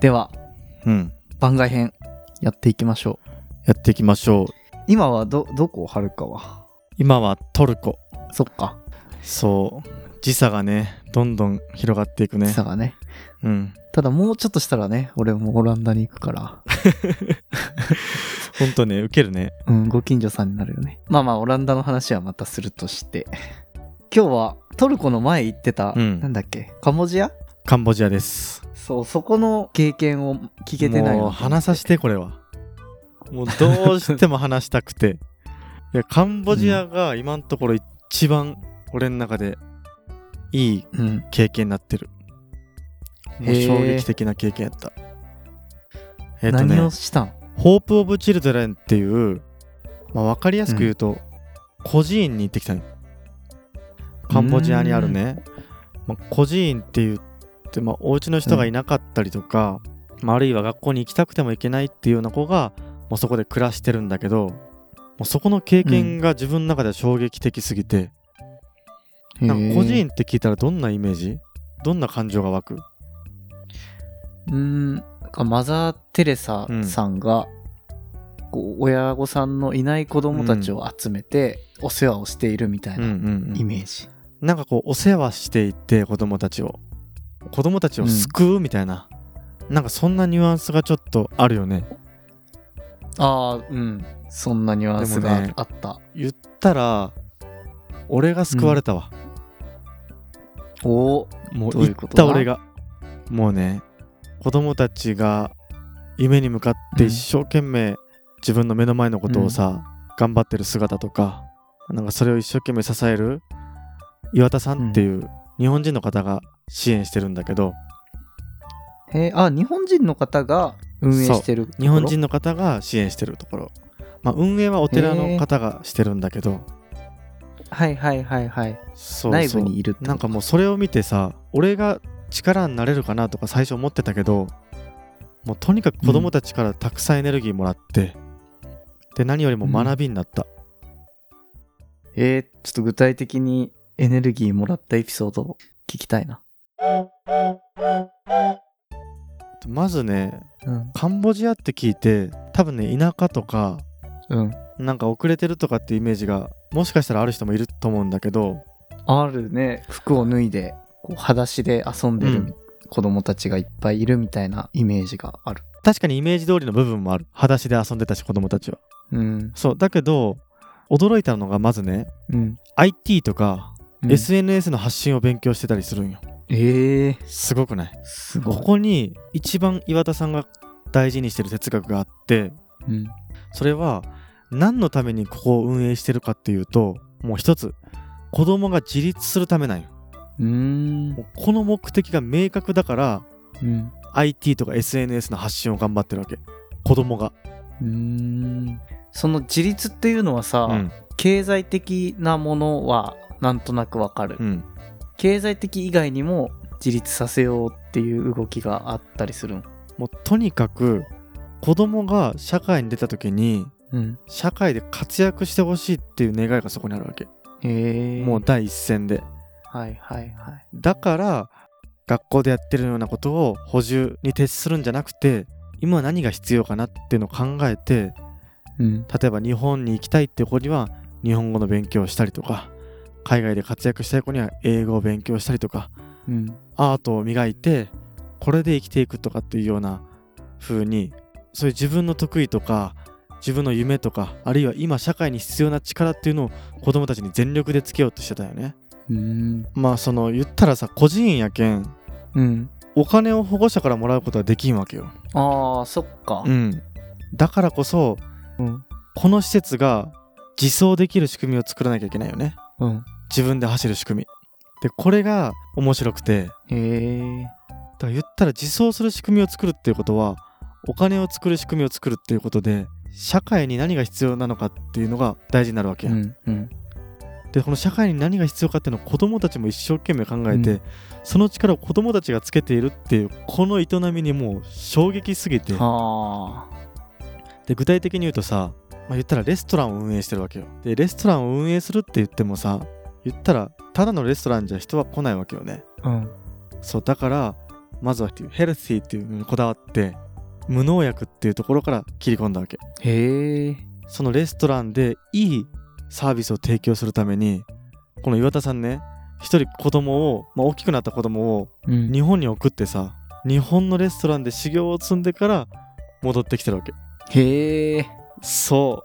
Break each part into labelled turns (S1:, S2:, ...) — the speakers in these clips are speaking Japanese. S1: では
S2: うん。
S1: 番外編やっていきましょう
S2: やっていきましょう。
S1: 今はどどこはるかは
S2: 今はトルコ。
S1: そっか
S2: そう。時差がね、どんどん広がっていくね。
S1: さがね
S2: うん。
S1: ただもうちょっとしたらね俺もオランダに行く から、
S2: ほんとね、ウケるね。
S1: うん、ご近所さんになるよねまあまあオランダの話はまたするとして今日はトルコの前行ってた、
S2: うん
S1: なんだっけカンボジア
S2: カンボジアです。
S1: そうそこの経験を聞けてない
S2: もう話させて、これは。もうどうしても話した くて。いや、カンボジアが今のところ一番俺の中でいい
S1: うん、
S2: 経験になってる。もう
S1: へー
S2: 衝撃的な経験やった。えっ、と
S1: 何
S2: ね
S1: を、したん
S2: ホープ・オブ・チルドレンっていう、まあ、分かりやすく言うと、孤児院に行ってきたの。カンボジアにあるね、まあ、孤児院って言って、まあ、お家の人がいなかったりとか、まあ、あるいは学校に行きたくても行けないっていうような子が、もうそこで暮らしてるんだけど、もうそこの経験が自分の中では衝撃的すぎて、なんか孤児院って聞いたらどんなイメージどんな感情が湧く
S1: うーん、なんかマザー・テレサさんが、こう親御さんのいない子供たちを集めてお世話をしているみたい
S2: うんう
S1: なん
S2: うん
S1: イメージ。
S2: なんかこうお世話していって子供たちを子供たちを救うみたいな、なんかそんなニュアンスがちょっとあるよね
S1: ああ、うん。そんなニュアンス
S2: でも
S1: が
S2: ね
S1: あった。
S2: 言ったら俺が救われたわ、
S1: おお、
S2: もう
S1: どうい
S2: 言
S1: うこ
S2: っ
S1: と
S2: た
S1: だ
S2: 俺がもうね子供たちが夢に向かって一生懸命自分の目の前のことをさ、頑張ってる姿とかなんかそれを一生懸命支える岩田さんっていう日本人の方が支援してるんだけど、
S1: えーあ、日本人の方が運営してるところ。
S2: 日本人の方が支援してるところ、まあ、運営はお寺の方がしてるんだけど、
S1: はいはいはいはい。
S2: そうそう
S1: 内部にいるってこと
S2: なんかもうそれを見てさ俺が力になれるかなとか最初思ってたけどもうとにかく子供たちからたくさんエネルギーもらって、で何よりも学びになった、
S1: えー、ちょっと具体的にエネルギーもらったエピソードを聞きたいな。
S2: まずね
S1: うん。
S2: カンボジアって聞いて多分ね田舎とか
S1: うん。
S2: なんか遅れてるとかってイメージがもしかしたらある人もいると思うんだけど
S1: あるね服を脱いでこう裸足で遊んでる、
S2: うん
S1: 子供たちがいっぱいいるみたいなイメージがある
S2: 確かにイメージ通りの部分もある裸足で遊んでたし子供たちは
S1: うん
S2: そうだけど驚いたのがまずね
S1: うん
S2: IT とか、
S1: うん
S2: SNS の発信を勉強してたりするんよ
S1: ええ
S2: すごくない
S1: すごい
S2: ここに一番岩田さんが大事にしてる哲学があって
S1: うん
S2: それは何のためにここを運営してるかっていうともう一つ子供が自立するためなんよ
S1: うーん
S2: もうこの目的が明確だから
S1: うん
S2: IT とか SNS の発信を頑張ってるわけ子供が、
S1: うーんその自立っていうのはさ、
S2: うん
S1: 経済的なものはなんとなくわかる、
S2: うん、
S1: 経済的以外にも自立させようっていう動きがあったりするの
S2: もうとにかく子供が社会に出た時に
S1: うん
S2: 社会で活躍してほしいっていう願いがそこにあるわけ、
S1: へえ
S2: もう第一線で
S1: はいはいはい
S2: だから学校でやってるようなことを補充に徹するんじゃなくて今何が必要かなっていうのを考えて
S1: うん
S2: 例えば日本に行きたいって子には日本語の勉強をしたりとか海外で活躍したい子には英語を勉強したりとか
S1: うん
S2: アートを磨いてこれで生きていくとかっていうような風にそういう自分の得意とか自分の夢とかあるいは今社会に必要な力っていうのを子供たちに全力でつけようとしてたよね
S1: うーん
S2: まあその言ったらさ個人やけん
S1: うん
S2: お金を保護者からもらうことはできんわけよ、
S1: あーそっか
S2: うん、だからこそ
S1: うん
S2: この施設が自走できる仕組みを作らなきゃいけないよね
S1: うん
S2: 自分で走る仕組みでこれが面白くて
S1: へえ。
S2: だから言ったら自走する仕組みを作るっていうことはお金を作る仕組みを作るっていうことで社会に何が必要なのかっていうのが大事になるわけや、
S1: んうん。
S2: でこの社会に何が必要かっていうのを子供たちも一生懸命考えて、
S1: う
S2: その力を子供たちがつけているっていうこの営みにもう衝撃すぎて
S1: はあ。
S2: で具体的に言うとさ、まあ、言ったらレストランを運営してるわけよでレストランを運営するって言ってもさ言ったらただのレストランじゃ人は来ないわけよね
S1: うん。
S2: そうだからまずはヘルシーっていうのにこだわって無農薬っていうところから切り込んだわけ
S1: へえ。
S2: そのレストランでいいサービスを提供するためにこの岩田さんね一人子供を、まあ、大きくなった子供を
S1: うん
S2: 日本に送ってさ日本のレストランで修行を積んでから戻ってきてるわけ
S1: へえ。
S2: そ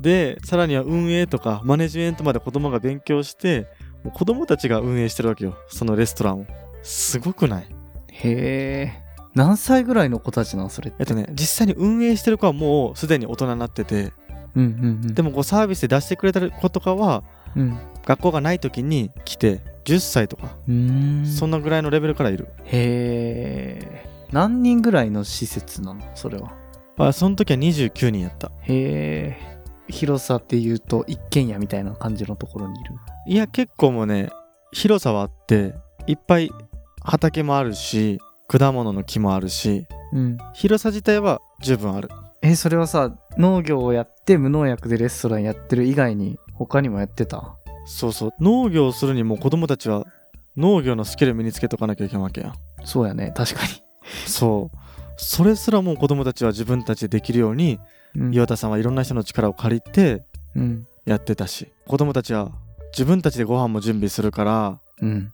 S2: うでさらには運営とかマネジメントまで子供が勉強してもう子供たちが運営してるわけよそのレストランをすごくない
S1: へえ。何歳ぐらいの子たちなんそれって。
S2: えっとね実際に運営してる子はもうすでに大人になってて
S1: うんうんうん。
S2: で
S1: も、
S2: もこうサービスで出してくれた子とかは
S1: うん。
S2: 学校がない時に来て10歳とか
S1: うーん。
S2: そんなぐらいのレベルからいる
S1: へえ。何人ぐらいの施設なのそれは。
S2: あその時は29人やった
S1: へえ。広さっていうと一軒家みたいな感じのところにいる。
S2: いや結構もうね広さはあっていっぱい畑もあるし果物の木もあるし
S1: うん。
S2: 広さ自体は十分ある
S1: え、それはさ、農業をやって無農薬でレストランやってる以外に他にもやってた
S2: そうそう農業をするにも子供たちは農業のスキル身につけとかなきゃいけないわけや
S1: そうやね、確か
S2: そうそれすらもう子供たちは自分たちでできるように
S1: に。うん
S2: 岩田さんはいろんな人の力を借りて
S1: うん。
S2: やってたし子供たちは自分たちでご飯も準備するから
S1: うん。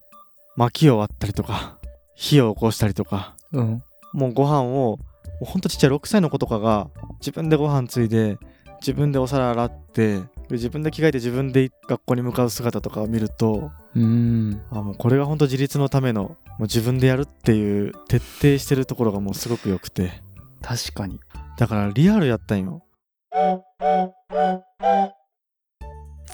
S2: 薪を割ったりとか火を起こしたりとか
S1: うん。
S2: もうご飯をもうほんとちっちゃい6歳の子とかが自分でご飯ついで自分でお皿洗ってで自分で着替えて自分で学校に向かう姿とかを見ると
S1: うん。
S2: あもうこれが本当自立のためのもう自分でやるっていう徹底してるところがもうすごく良くて
S1: 確かに。
S2: だからリアルやったんよ、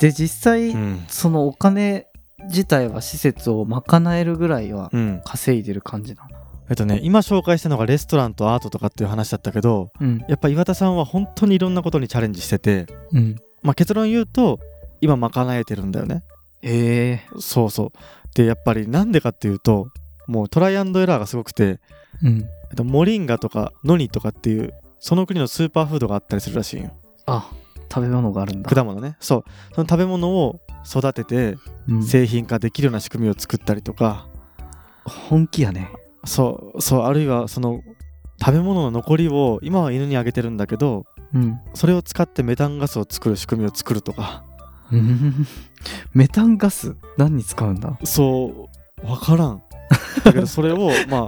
S1: で、実際、
S2: うん
S1: そのお金自体は施設を賄えるぐらいは
S2: うん、
S1: 稼いでる感じなの。
S2: えっとね今紹介したのがレストランとアートとかっていう話だったけど
S1: うん。
S2: やっぱ岩田さんは本当にいろんなことにチャレンジしてて、
S1: うん。
S2: まあ、結論言うと今賄えてるんだよね
S1: へえ。
S2: そうそうでやっぱりなんでかっていうともうトライアンドエラーがすごくて
S1: うん。
S2: えっとモリンガとかノニとかっていうその国のスーパーフードがあったりするらしいんよ
S1: あ、食べ物があるんだ。
S2: 果物ねそうその食べ物を育てて
S1: うん、
S2: 製品化できるような仕組みを作ったりとか
S1: 本気やね。
S2: そうそうあるいはその食べ物の残りを今は犬にあげてるんだけど
S1: うん。
S2: それを使ってメタンガスを作る仕組みを作るとか
S1: うんメタンガス何に使うんだ
S2: そう分からんだけどそれ をまあ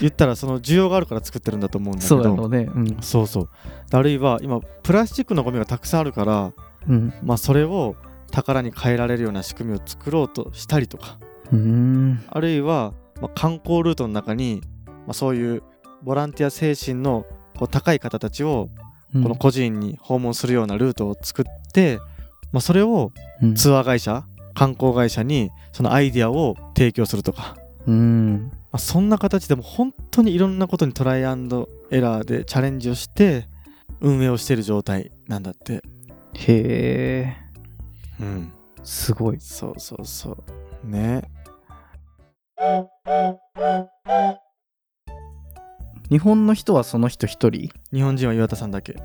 S2: 言ったらその需要があるから作ってるんだと思うんだけど
S1: そうやろうね。うん。
S2: そうそうあるいは今プラスチックのゴミがたくさんあるから、
S1: うん。
S2: まあ、それを宝に変えられるような仕組みを作ろうとしたりとか
S1: うーん。
S2: あるいは、まあ、観光ルートの中に、まあ、そういうボランティア精神のこう高い方たちを
S1: うん
S2: この個人に訪問するようなルートを作って、まあ、それを
S1: うん
S2: ツアー会社観光会社にそのアイデアを提供するとか、
S1: うん。
S2: まあ、そんな形でも本当にいろんなことにトライアンドエラーでチャレンジをして運営をしている状態なんだって
S1: へえ。
S2: うん
S1: すごい。
S2: そうそうそうね
S1: 日本の人はその人一人
S2: 日本人は岩田さんだけ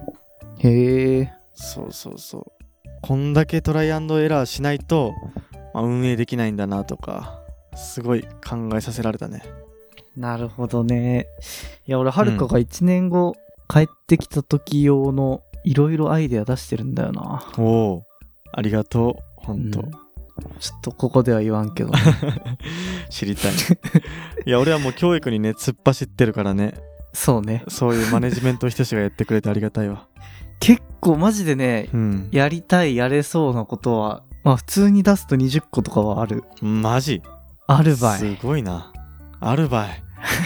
S1: へえ。
S2: そうそうそうこんだけトライアンドエラーしないと、まあ、運営できないんだなとかすごい考えさせられたね
S1: なるほどね。いや、俺、はるかが1年後、帰ってきた時用の、いろいろアイデア出してるんだよな。
S2: おおありがとう本当、
S1: うんちょっとここでは言わんけど ね、
S2: 知りたい いや俺はもう教育にね突っ走ってるからね
S1: そうね。
S2: そういうマネジメント人志がやってくれてありがたいわ
S1: 結構、マジでね、
S2: うん
S1: やりたい、やれそうなことは、まあ、普通に出すと20個とかはある。
S2: マジ
S1: あるばい。
S2: すごいなある ばい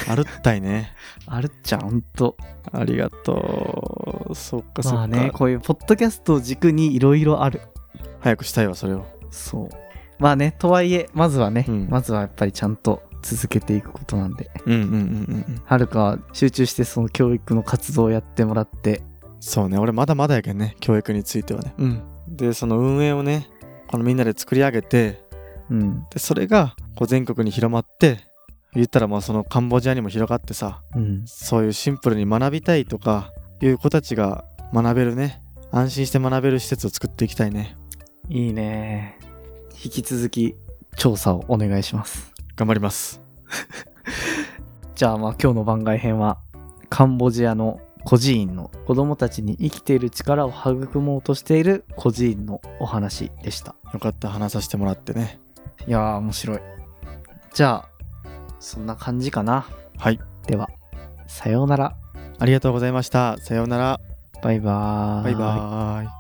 S2: あるったいね
S1: あるっちゃん、ほんと。
S2: ありがとうそっかそっか、
S1: まあね、こういう、ポッドキャストを軸にいろいろある。
S2: 早くしたいわそれを
S1: そう。まあね、とはいえ、まずはね、
S2: うん
S1: まずはやっぱりちゃんと続けていくことなんで。
S2: うんうんうんうん
S1: はるかは集中してその教育の活動をやってもらって。
S2: そうね俺まだまだやけんね教育についてはねうんでその運営をねこのみんなで作り上げて
S1: うん。
S2: でそれがこう全国に広まって言ったらまあそのカンボジアにも広がってさ
S1: うん。
S2: そういうシンプルに学びたいとかいう子たちが学べるね安心して学べる施設を作っていきたいね
S1: いいね。引き続き調査をお願いします。
S2: 頑張ります
S1: じゃあまあ今日の番外編はカンボジアの孤児院の子供たちに生きている力を育もうとしている孤児院のお話でした。
S2: よかった話させてもらってね
S1: いやー面白い。じゃあそんな感じかな。
S2: はい
S1: ではさようなら。
S2: ありがとうございましたさようなら
S1: バイバー
S2: バイバーイ